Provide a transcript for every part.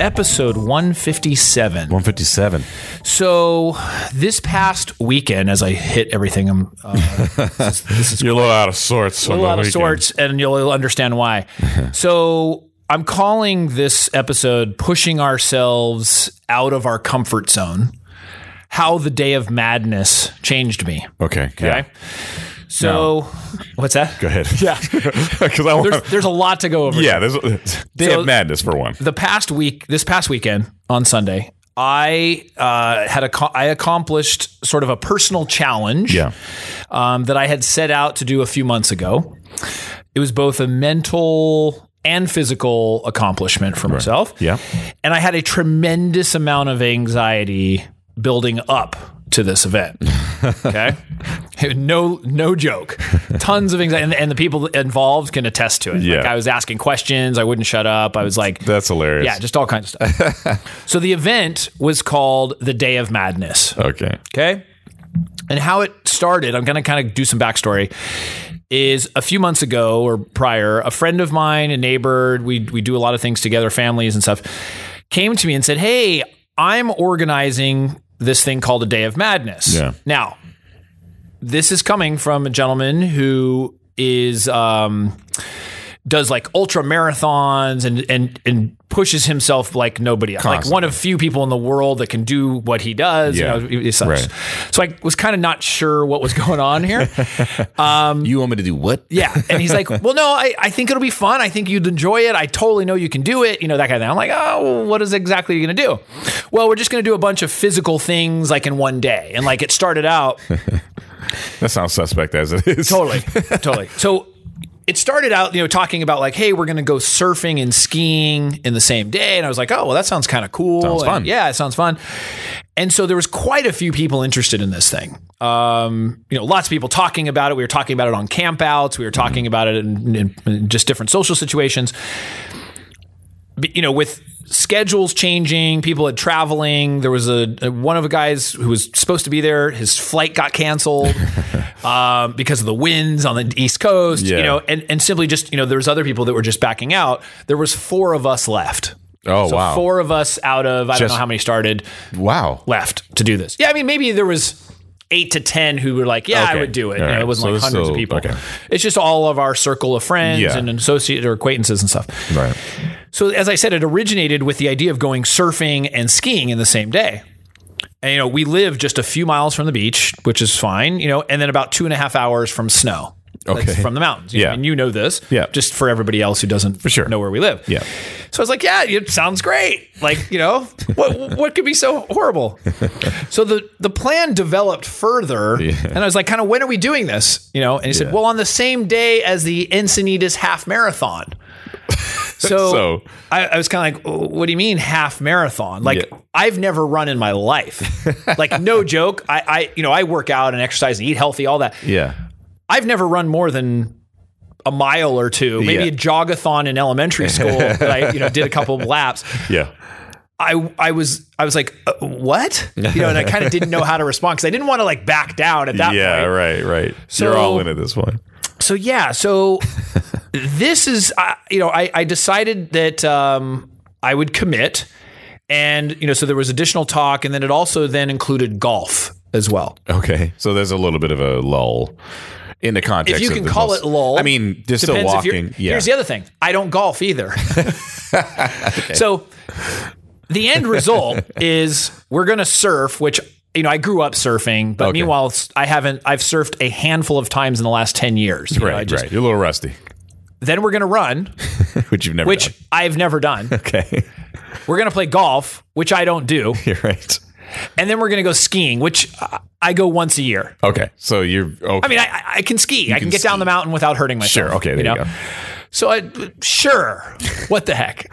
episode 157. 157. So, this past weekend, as I hit everything, I'm uh, You're a little out of sorts. a on the little out of weekend. sorts, and you'll understand why. so, I'm calling this episode Pushing Ourselves Out of Our Comfort Zone How the Day of Madness Changed Me. Okay. Okay. Yeah. So, what's that? Go ahead. Yeah. Because I want. There's, there's a lot to go over. yeah. There's day So- of madness for one. the past week, this past weekend on Sunday, I uh, had a I accomplished sort of a personal challenge Yeah. um, that I had set out to do a few months ago. It was both a mental and physical accomplishment for myself. Yeah. And I had a tremendous amount of anxiety building up to this event. Okay. no, no joke. Tons of anxiety. And, and the people involved can attest to it. Yeah. Like I was asking questions. I wouldn't shut up. I was like, That's hilarious. yeah, just all kinds of stuff. so the event was called the Day of Madness. Okay. Okay. And how it started, I'm going to kind of do some backstory. Is a few months ago or prior, a friend of mine, a neighbor, we, we do a lot of things together, families and stuff, came to me and said, Hey, I'm organizing this thing called a Day of Madness. Yeah. Now, this is coming from a gentleman who is um, does like ultra marathons and and and pushes himself like nobody else. Like Constantly. one of few people in the world that can do what he does. Yeah. You know, it- it sucks. Right. So I was kind of not sure what was going on here. You want me to do what? um, yeah. And he's like, well, no, I, I think it'll be fun. I think you'd enjoy it. I totally know you can do it. You know, that kind of thing. I'm like, oh, well, what is exactly you going to do? Well, we're just going to do a bunch of physical things like in one day. And like it started out That sounds suspect as it is. totally totally so it started out you know talking about like hey we're going to go surfing and skiing in the same day and i was like oh well that sounds kind of cool Sounds And fun. yeah it sounds fun and so there was quite a few people interested in this thing um, you know lots of people talking about it we were talking about it on campouts we were talking about it in, in, in just different social situations but, you know, with schedules changing, people had traveling. There was a, a- one of the guys who was supposed to be there. His flight got canceled um, because of the winds on the East Coast. You Yeah. know, and and simply just you know, there was other people that were just backing out. There was four of us left. Oh so wow. four of us out of I don't know Just- how many started wow. left to do this. Yeah, I mean maybe there was eight to ten who were like, yeah, I Okay. would do it. All You know, it right. wasn't So like this is hundreds of still- people. okay. It's just all of our circle of friends Yeah. and associated or acquaintances and stuff. Right. So as I said, it originated with the idea of going surfing and skiing in the same day. And you know, we live just a few miles from the beach, which is fine, you know, and then about two and a half hours from snow. That's Okay. from the mountains. you know, Yeah. and you know this. Yeah. Just for everybody else who doesn't for sure. know where we live. Yeah. So I was like, yeah, it sounds great. Like, you know, what what could be so horrible? So the the plan developed further, and I was like, kind of, when are we doing this? You know, and he said, Yeah. well, on the same day as the Encinitas Half Marathon. So, So- I, I was kind of like, "Oh, what do you mean half marathon? Like Yeah. I've never run in my life. like no joke. I, I, you know, I work out and exercise and eat healthy, all that. Yeah. I've never run more than a mile or two, maybe Yeah. a jogathon in elementary school that I, you know, did a couple of laps. Yeah. I I was I was like, uh, what? You know, and I kind of didn't know how to respond because I didn't want to like back down at that yeah. point. Right. Right. So- You're all in at this point. So yeah, so this is I you know I, I decided that um, I would commit, and you know so there was additional talk, and then it also then included golf as well. Okay. So there's a little bit of a lull in the If context. you of can the call most- it lull, I mean, just still depends if you're- walking. Yeah. Here's the other thing: I don't golf either. So the end result is we're going to surf, which you know I grew up surfing, but Okay. meanwhile I haven't. I've surfed a handful of times in the last ten years. You know, I right. just- right. You're a little rusty, Then we're going to run, which you've never which done. I've never done. Okay. We're going to play golf, which I don't do. You're right. And then we're going to go skiing, which uh, I go once a year. Okay. So you're. Okay. I mean, I- I, I can ski. I can, can get down the mountain without hurting myself. Sure. Okay. There you, know? go. So I, sure. what the heck?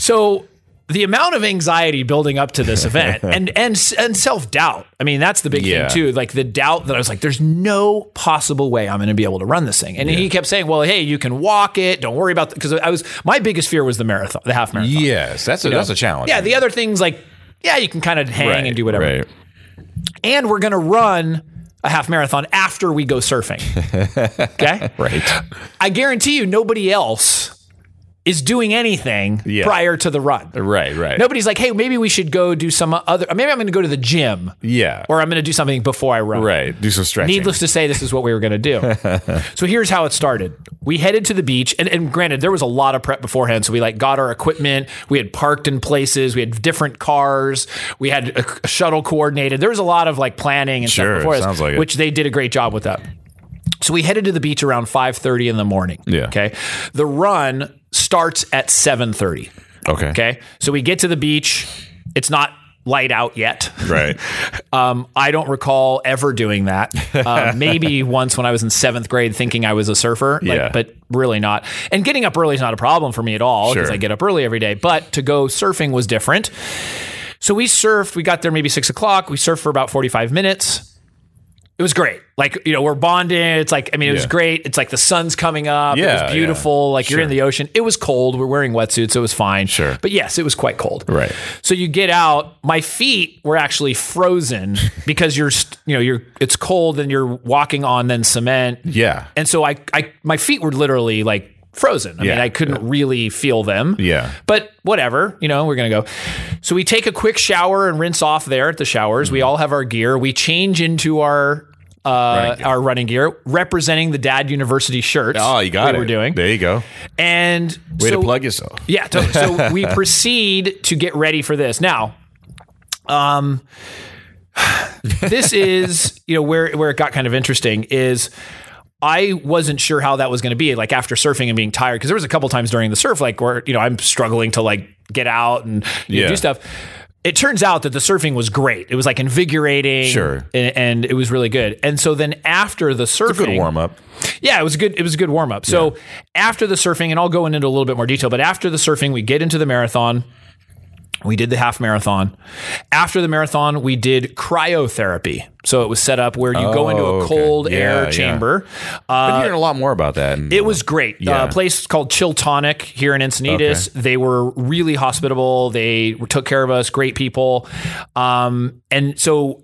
So the amount of anxiety building up to this event and and and self-doubt. I mean, that's the big Yeah. thing too. Like the doubt that I was like there's no possible way I'm going to be able to run this thing. And he kept saying, "Well, hey, you can walk it. Don't worry about because I was my biggest fear was the marathon, the half marathon. Yes, that's a that's a challenge. Yeah, the other things like yeah, you can kind of hang right, and do whatever. Right. And we're going to run a half marathon after we go surfing. okay? Right. I guarantee you nobody else is doing anything Yeah. prior to the run. Right. Right. Nobody's like, hey, maybe we should go do some other. Maybe I'm going to go to the gym, Yeah. or I'm going to do something before I run. right. Do some stretching. Needless to say, this is what we were going to do. so here's how it started. We headed to the beach, and, and granted, there was a lot of prep beforehand. So we like got our equipment. We had parked in places. We had different cars. We had a, a shuttle coordinated. There was a lot of like planning and stuff Sure, before sounds this, like it. which they did a great job with that. So we headed to the beach around 5:30 in the morning. Yeah. Okay. The run starts at 7:30. Okay. Okay. So we get to the beach. It's not light out yet. Right. Um, I don't recall ever doing that. Uh, maybe once when I was in seventh grade, thinking I was a surfer, like, Yeah. but really not. And getting up early is not a problem for me at all because Sure. I get up early every day. But to go surfing was different. So we surfed. We got there maybe six o'clock. We surfed for about forty-five minutes. It was great. Like you know, we're bonding. It's like I mean, it was Yeah. great. It's like the sun's coming up. Yeah, it was yeah. beautiful. Like you're in the ocean. It was cold. We're wearing wetsuits. So it was fine. Sure. But yes, it was quite cold. Right. So you get out. My feet were actually frozen because you're, st- you know, you're. It's cold and you're walking on then cement, Yeah. and so I, I, my feet were literally like frozen. I mean, Yeah, I couldn't really feel them. Yeah. But whatever, you know, we're gonna go. So we take a quick shower and rinse off there at the showers. Mm-hmm. We all have our gear. We change into our. Uh, Running gear. our running gear representing the Dad University shirts. Oh, you got we it. We're doing There you go. and Way so- to plug yourself. yeah. totally. So we proceed to get ready for this. Now, um, this is you know where where it got kind of interesting is. I wasn't sure how that was going to be like after surfing and being tired because there was a couple times during the surf like where you know I'm struggling to like get out and you know, Yeah. do stuff. It turns out that the surfing was great. It was like invigorating, Sure. and, and it was really good. And so then after the surfing, Good warm up. yeah, it was a good. It was a good warm up. So after the surfing, and I'll go into a little bit more detail, but after the surfing, we get into the marathon. We did the half marathon. After the marathon, we did cryotherapy. So it was set up where you go into a Oh, okay. cold Yeah, air yeah. chamber. Uh, I'm hearing a lot more about that. in- it was great. Uh, Yeah. a place called Chill Tonic here in Encinitas. They were really hospitable. They took care of us. Great people. Um, and so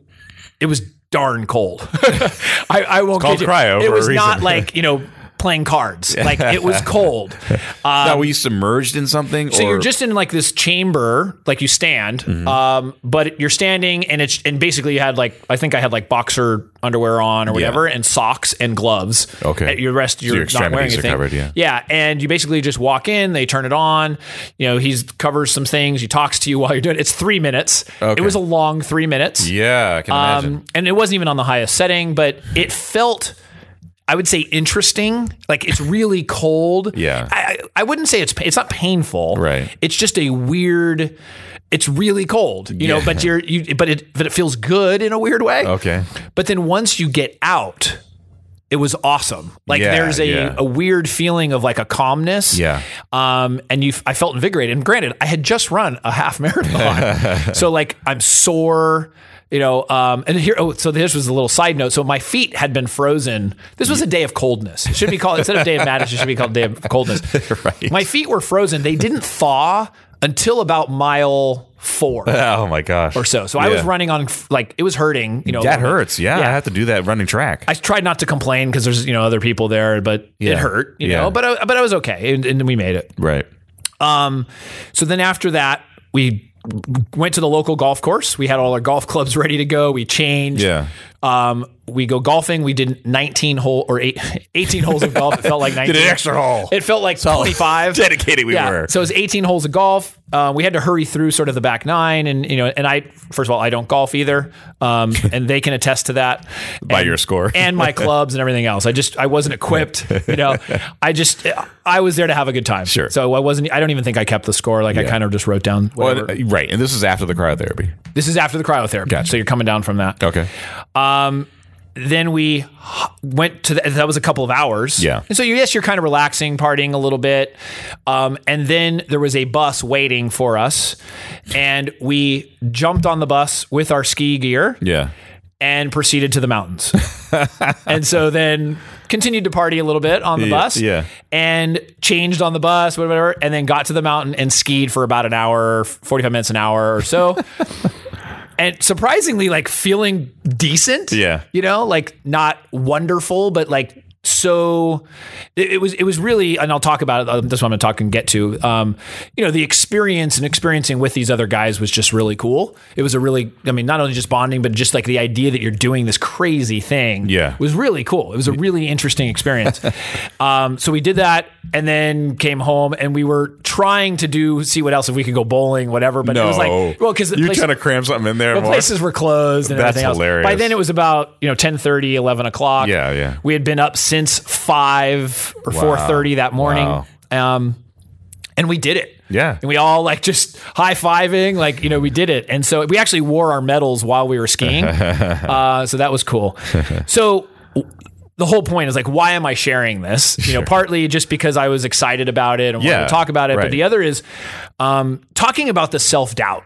it was darn cold. I, I won't. called kid you. cryo It for a was not reason. like you know playing cards. Like it was cold. Uh, Now, were you submerged in something? so or? Mm-hmm. you're just in like this chamber, like you stand, um, but you're standing, and it's and basically you had like I think I had like boxer underwear on or whatever, and socks and gloves. Okay. And your rest you're your not wearing extremities are anything. covered, yeah. yeah, and you basically just walk in. They turn it on. You know, he's covers some things. He talks to you while you're doing it. It's three minutes. It Okay. was a long three minutes. Yeah, I can imagine. Um, and it wasn't even on the highest setting, but it felt, I would say, interesting. Like it's really cold. Yeah. I, I I wouldn't say it's pa- it's not painful. Right. It's just a weird. It's really cold, you know. But you're you, but it but it feels good in a weird way. Okay. But then once you get out, it was awesome. Like Yeah, there's a, yeah. a weird feeling of like a calmness. Yeah. Um, and you, I felt invigorated. And granted, I had just run a half marathon, so like I'm sore. You know, um, and here, oh, so this was a little side note. So my feet had been frozen. This was a day of coldness. It should be called, instead of day of madness, it should be called day of coldness. Right. My feet were frozen. They didn't thaw until about mile four Oh my gosh. or so. So I was Yeah. running on, like, it was hurting, you know. a That little bit. hurts. Yeah, I have to do that running track. I tried not to complain because there's you know other people there, but it Yeah. hurt, you Yeah. know. But I, but I was okay, and, and we made it. right. Um, so then after that, we went to the local golf course. We had all our golf clubs ready to go. We changed. Yeah. Um, we go golfing. We did 19 hole or eight, 18 holes of golf. It felt like 19. Did an extra hole. It felt like 25. dedicated we were. So it was 18 holes of golf. Uh, we had to hurry through sort of the back nine, and you know, and I first of all I don't golf either, um, and they can attest to that By And- your score. and my clubs and everything else. I just I wasn't equipped. You know, I just I was there to have a good time. Sure. So I wasn't. I don't even think I kept the score. Like I kind of just wrote down. Whatever. Well, right, and this is after the cryotherapy. Oh. this is after the cryotherapy. So you're coming down from that. Okay. Um, then we h- went to the, that was a couple of hours. Yeah. And so you, yes, you're kind of relaxing, partying a little bit, um, and then there was a bus waiting for us, and we jumped on the bus with our ski gear Yeah. and proceeded to the mountains. and so then continued to party a little bit on the Yeah, bus yeah. and changed on the bus, whatever, and then got to the mountain and skied for about an hour, 45 minutes, an hour or so. and surprisingly, like feeling decent. Yeah. You know, like not wonderful, but like so it, it was it was really and I'll talk about it um, this one I'm gonna talk and get to um you know the experience and experiencing with these other guys was just really cool it was a really I mean not only just bonding but just like the idea that you're doing this crazy thing Yeah. was really cool it was a really interesting experience um so we did that and then came home and we were trying to do see what else if we could go bowling whatever but it was like well because you're trying to cram something in there. the more. places were closed and That's everything else. hilarious. By then it was about, you know, 10:30, 11 o'clock. Yeah, yeah. We had been up since 5 or 4:30 that morning. Wow. Um and we did it. Yeah. And we all like just high-fiving, like, you know, we did it. And so we actually wore our medals while we were skiing. uh, so that was cool. So the whole point is like, why am I sharing this? You know, partly just because I was excited about it and wanted Yeah, to talk about it, but right. the other is um, talking about the self doubt.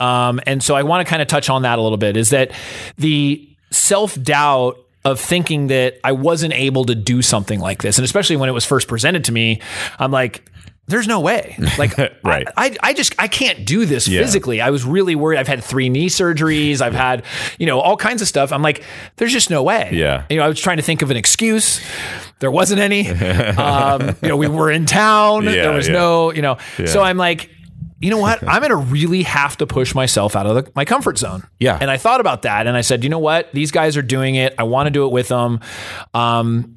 Um, and so I want to kind of touch on that a little bit. Is that the self doubt of thinking that I wasn't able to do something like this, and especially when it was first presented to me, I'm like. There's no way. Like, I, Right. I, I just I can't do this physically. I was really worried. I've had three knee surgeries. I've had, you know, all kinds of stuff. I'm like, there's just no way. Yeah. You know, I was trying to think of an excuse. There wasn't any. Um, you know, we were in town. Yeah, there was yeah. no, you know. So I'm like, you know what? I'm going to really have to push myself out of the, my comfort zone. Yeah. And I thought about that and I said, you know what? These guys are doing it. I want to do it with them. Um,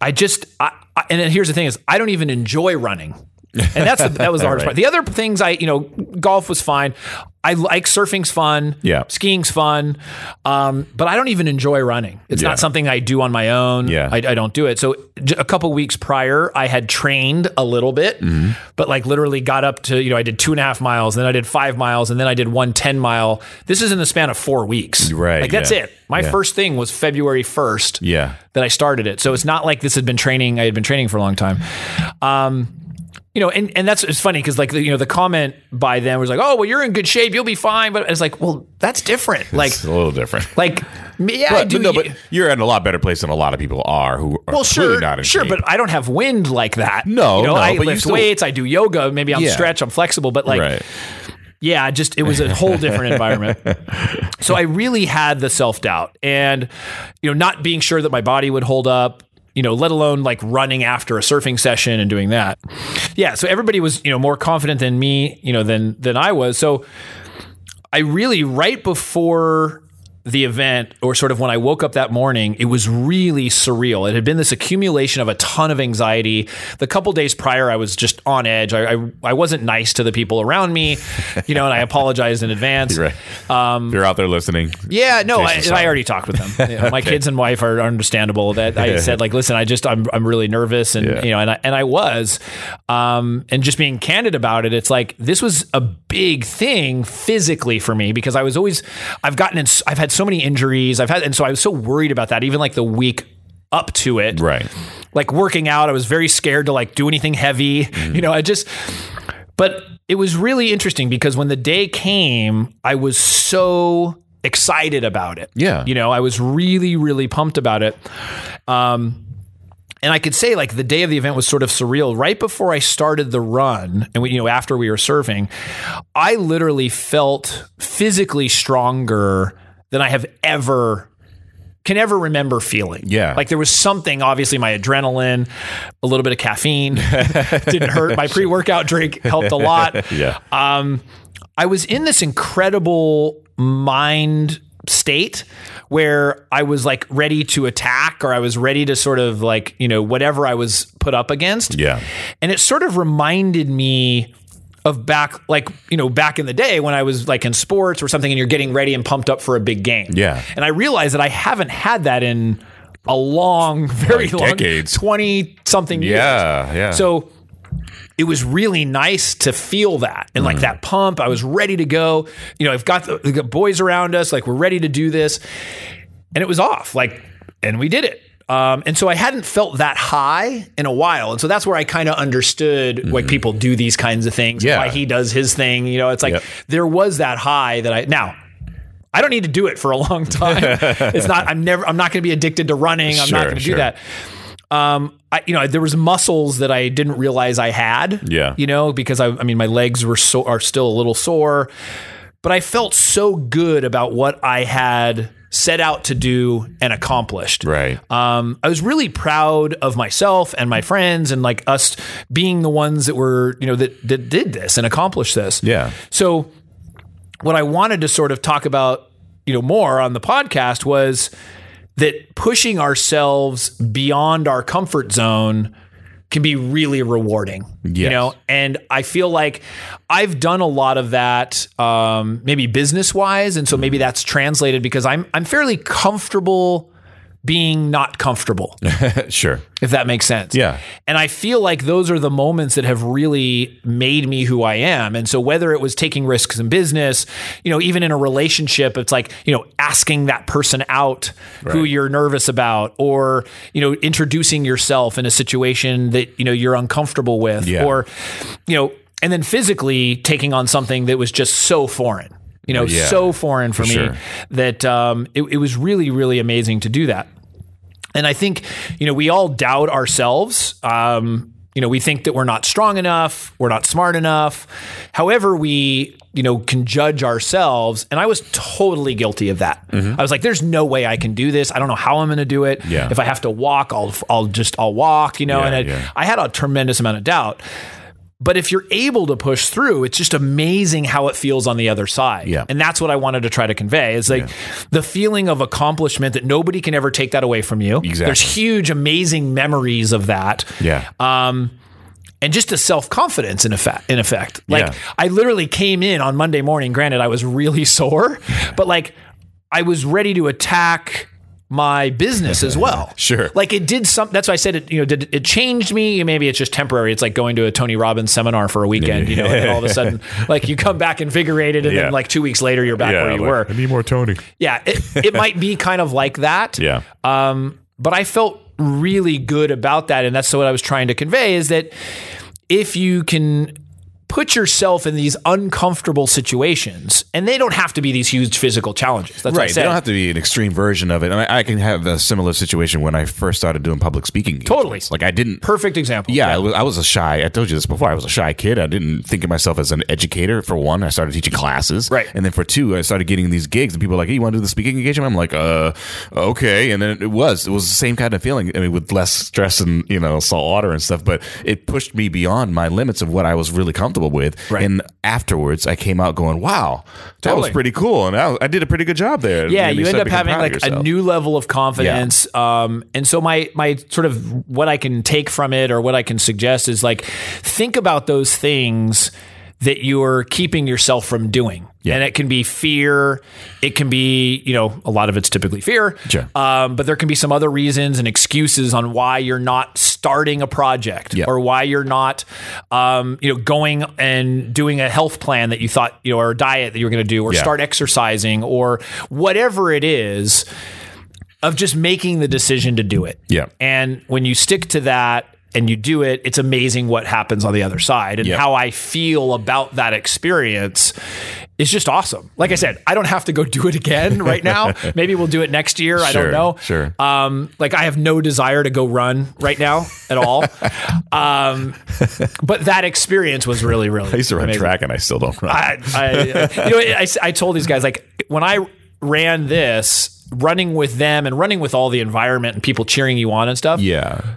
I just, I, I, and then here's the thing is I don't even enjoy running. And that's the, that was the hardest part. The other things I, you know, golf was fine. I like surfing's fun. Yeah. Skiing's fun. Um, but I don't even enjoy running. It's Yeah. not something I do on my own. Yeah. I, I don't do it. So j- a couple weeks prior, I had trained a little bit, Mm-hmm. but like literally got up to, you know, I did two and a half miles, then I did five miles, and then I did one 10 mile. This is in the span of four weeks. Right, Like that's yeah. it. My Yeah. first thing was February 1st Yeah. that I started it. So it's not like this had been training. I had been training for a long time. Um, you know, and, and that's it's funny because like the, you know the comment by them was like, oh well, you're in good shape, you'll be fine. But it's like, well, that's different. Like, It's a little different. like yeah, I But, do. e but no, but you're in a lot better place than a lot of people are who are well, sure, clearly not in sure, shape. but I don't have wind like that. No, you know, no, I but you lift still- weights, I do yoga. Maybe I'm Yeah. stretch, I'm flexible, but like, right. yeah, just it was a whole different environment. So I really had the self doubt and, you know, not being sure that my body would hold up, you know, let alone like running after a surfing session and doing that. Yeah. So everybody was, you know, more confident than me, you know, than, than I was. So I really, right before the event or sort of when I woke up that morning, it was really surreal. It had been this accumulation of a ton of anxiety. The couple days prior, I was just on edge. I, I, I wasn't nice to the people around me, you know, and I apologized in advance. Right. Um, you're out there listening. Yeah, no, I, Jason and I Simon. already talked with them. You know, my kids and wife are, are understandable. That I said, like, listen, I just I'm I'm really nervous, and Yeah. you know, and I and I was, um, and just being candid about it, it's like this was a big thing physically for me because I was always I've gotten in, s- I've had so many injuries, I've had, and so I was so worried about that. Even like the week up to it, Right. like working out. I was very scared to like do anything heavy. You know, I just, but it was really interesting because when the day came, I was so excited about it. Yeah. You know, I was really, really pumped about it. Um, and I could say like the day of the event was sort of surreal. Right before I started the run, and we, you know, after we were serving, I literally felt physically stronger than I have ever can ever remember feeling. Yeah. like there was something. Obviously, my adrenaline, a little bit of caffeine didn't hurt. My pre workout drink helped a lot. Yeah. Um, I was in this incredible mind state where I was like ready to attack or I was ready to sort of like, you know, whatever I was put up against. Yeah. And it sort of reminded me of back like, you know, back in the day when I was like in sports or something and you're getting ready and pumped up for a big game. Yeah. And I realized that I haven't had that in a long, very Like long decades. 20 something years. Yeah. Yeah. So it was really nice to feel that and Mm. like that pump. I was ready to go. You know, I've got the, the boys around us, like we're ready to do this. And it was off. Like and we did it. Um, and so I hadn't felt that high in a while, and so that's where I kind of understood why people do these kinds of things, Mm-hmm. Yeah. why he does his thing. You know, it's like Yep. there was that high that I now. I don't need to do it for a long time. it's not. I'm never. I'm not going to be addicted to running. I'm not Sure, going to sure. do that. Um, I, you know, there was muscles that I didn't realize I had. Yeah. You know, because I, I mean, my legs were so are still a little sore, but I felt so good about what I had set out to do and accomplished. Right. Um, I was really proud of myself and my friends and like us being the ones that were, you know, that, that did this and accomplished this. Yeah. So what I wanted to sort of talk about, you know, more on the podcast was that pushing ourselves beyond our comfort zone can be really rewarding. You Yes. know, and I feel like I've done a lot of that, um, maybe business wise, and so Mm-hmm. maybe that's translated because I'm I'm fairly comfortable being not comfortable, sure. if that makes sense. Yeah. And I feel like those are the moments that have really made me who I am. And so whether it was taking risks in business, you know, even in a relationship, it's like, you know, asking that person out who Right. you're nervous about or, you know, introducing yourself in a situation that, you know, you're uncomfortable with Yeah. or, you know, and then physically taking on something that was just so foreign. You know, Yeah. so foreign for me sure. that um, it, it was really, really amazing to do that. And I think, you know, we all doubt ourselves. Um, you know, we think that we're not strong enough, we're not smart enough. However, we, you know, can judge ourselves. And I was totally guilty of that. I was like, there's no way I can do this. I don't know how I'm going to do it. Mm-hmm. Yeah. If I have to walk, I'll, I'll just, I'll walk, you know, Yeah, and I, yeah. I had a tremendous amount of doubt. But if you're able to push through, it's just amazing how it feels on the other side. Yeah. And that's what I wanted to try to convey is like the feeling of accomplishment that nobody can ever take that away from you. Exactly. There's huge, amazing memories of that. Yeah. And just a self confidence in effect. In effect, like Yeah. I literally came in on Monday morning. Granted, I was really sore, but like I was ready to attack my business as well. Sure. Like it did some. That's why I said it. You know, did it changed me? Maybe it's just temporary. It's like going to a Tony Robbins seminar for a weekend. You know, and then all of a sudden, like you come back invigorated, and Yeah. then like two weeks later, you're back yeah. where you like, were. I need more Tony. Yeah, it, it might be kind of like that. Yeah. Um, but I felt really good about that, and that's what I was trying to convey is that if you can put yourself in these uncomfortable situations, and they don't have to be these huge physical challenges. That's what I Right. said. They don't have to be an extreme version of it. And I, I can have a similar situation when I first started doing public speaking. Totally. Like I didn't Perfect example. Yeah, I was, I was a shy. I told you this before. I was a shy kid. I didn't think of myself as an educator. For one, I started teaching classes, Right. And then for two, I started getting these gigs, and people were like, "Hey, you want to do the speaking engagement?" I'm like, "Uh, okay." And then it was it was the same kind of feeling. I mean, with less stress and you know salt water and stuff, but it pushed me beyond my limits of what I was really comfortable with. Right. And afterwards, I came out going, "Wow, that was Totally. pretty cool," and I, I did a pretty good job there. yeah, And you end start up having becoming proud of like a yourself. new level of confidence. Um, and so my my sort of what I can take from it or what I can suggest is like think about those things that you're keeping yourself from doing. Yeah. And it can be fear. It can be, you know, a lot of it's typically fear. Sure. Um, but there can be some other reasons and excuses on why you're not starting a project Yeah. or why you're not, um, you know, going and doing a health plan that you thought, you know, or a diet that you were going to do or Yeah. start exercising or whatever it is of just making the decision to do it. Yeah. And when you stick to that and you do it, it's amazing what happens on the other side and Yeah. how I feel about that experience is just awesome. Like I said, I don't have to go do it again right now. Maybe we'll do it next year. I Sure, don't know. sure. Um, like I have no desire to go run right now at all. um, but that experience was really, really I used to run amazing. track, and I still don't run. I, I you know, I, I told these guys like when I ran this, running with them and running with all the environment and people cheering you on and stuff. yeah.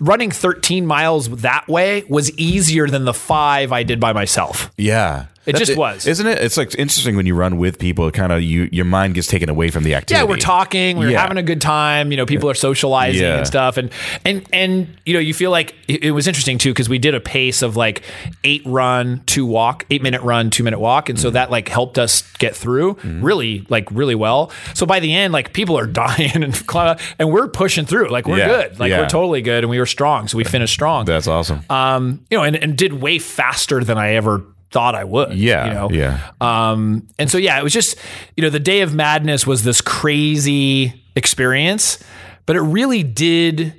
Running 13 miles that way was easier than the five I did by myself. Yeah. It just was. Isn't it? It's like interesting when you run with people, it kind of you your mind gets taken away from the activity. Yeah, we're talking, we're Yeah. having a good time. You know, people are socializing Yeah. and stuff, and and and you know, you feel like it, it was interesting too because we did a pace of like eight run, two walk, eight minute run, two minute walk, and so Mm-hmm. that like helped us get through really like really well. So by the end, like people are dying and cla- and we're pushing through, like we're Yeah. good, like Yeah. we're totally good, and we were strong, so we finished strong. That's awesome. Um, you know, and, and did way faster than I ever thought I would. Yeah, You know? yeah. Um, and so, yeah, it was just, you know, the day of madness was this crazy experience, but it really did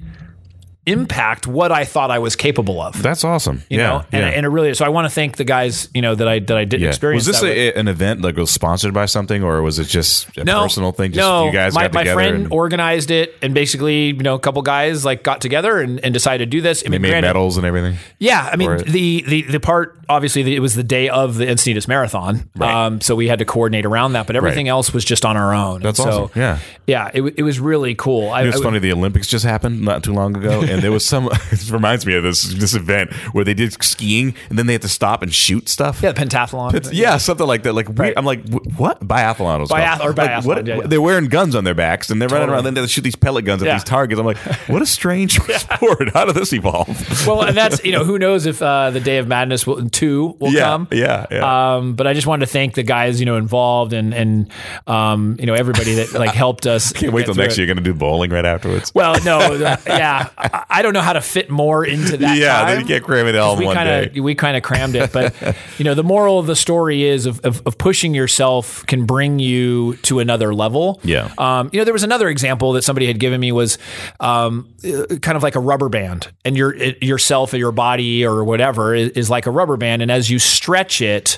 impact what I thought I was capable of. That's awesome. you yeah, know, and, yeah. and it really. So I want to thank the guys, you know, that I that I didn't Yeah. experience. Was this that with. a, an event like was sponsored by something, or was it just a personal thing? Just no, you guys my, got my together. friend and- organized it, and basically, you know, a couple guys like got together and, and decided to do this. I they mean, made granted- medals and everything. Yeah, I mean Or- the, the the part obviously the, it was the day of the Encinitas Marathon, um, so we had to coordinate around that. But everything else was just on our own. That's so, awesome. Yeah. yeah, it, wa- it was really cool. I, It's I- funny. The Olympics just happened not too long ago, and there was some. it reminds me of this this event where they did skiing, and then they had to stop and shoot stuff. yeah, the pentathlon. It's- yeah, something like that. Like we- I'm like, wh- what biathlon? Was Biath- called. or Like, what- biathlon, yeah, yeah. They're wearing guns on their backs, and they're running around. Then they shoot these pellet guns at Yeah. these targets. I'm like, what a strange sport. How did this evolve? well, and that's you know who knows if uh, the day of madness will, two will yeah, come. yeah, yeah. Um, but I just wanted to thank the guys you know involved and and um, you know everybody that like helped us. Can't wait till next year. You're gonna do bowling right afterwards. Well, no, uh, yeah, I, I don't know how to fit more into that. yeah, then time. you can't cram it all in we one kinda, day. We kind of crammed it, but you know, the moral of the story is of, of, of pushing yourself can bring you to another level. Yeah. Um, you know, there was another example that somebody had given me was um, uh, kind of like a rubber band, and your it, yourself or your body or whatever is, is like a rubber band, and as you stretch it.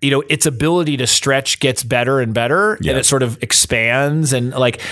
You know, its ability to stretch gets better and better, and it sort of expands and like,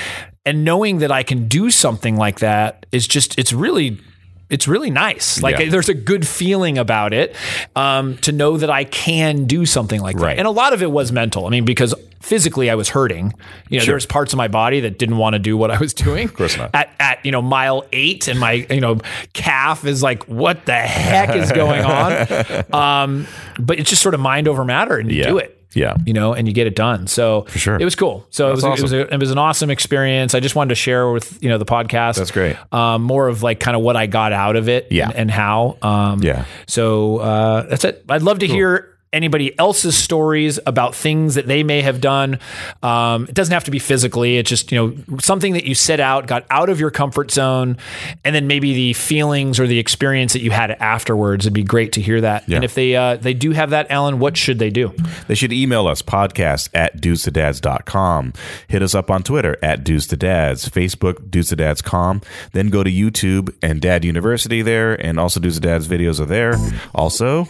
and knowing that I can do something like that is just it's really, it's really nice. Like Yeah. there's a good feeling about it um, to know that I can do something like Right. that. And a lot of it was mental. I mean, because physically I was hurting. You know, there was parts of my body that didn't want to do what I was doing. Of course not. At, at you know mile eight, and my you know calf is like, what the heck is going on? um, but it's just sort of mind over matter, and you Yeah. do it. Yeah. You know, and you get it done. So for sure. it was cool. So it was, it, was a, it was an awesome experience. I just wanted to share with you know the podcast. That's great. Um, more of like kind of what I got out of it. Yeah. And, and how. Um, Yeah. So uh, that's it. I'd love to hear anybody else's stories about things that they may have done. Um, it doesn't have to be physically. It's just you know something that you set out, got out of your comfort zone, and then maybe the feelings or the experience that you had afterwards. It'd be great to hear that. And if they uh, they do have that, Alan, what should they do? They should email us podcast at dudesadads.com. Hit us up on Twitter at dudesadads, Facebook dudesadads.com. Then go to YouTube and Dad University there, and also Dudes to Dads videos are there. Also,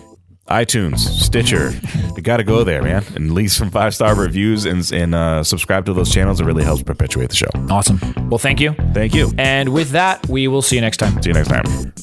iTunes, Stitcher. You got to go there, man, and leave some five star reviews and, and uh, subscribe to those channels. It really helps perpetuate the show. Awesome. Well, thank you. Thank you. And with that, we will see you next time. See you next time.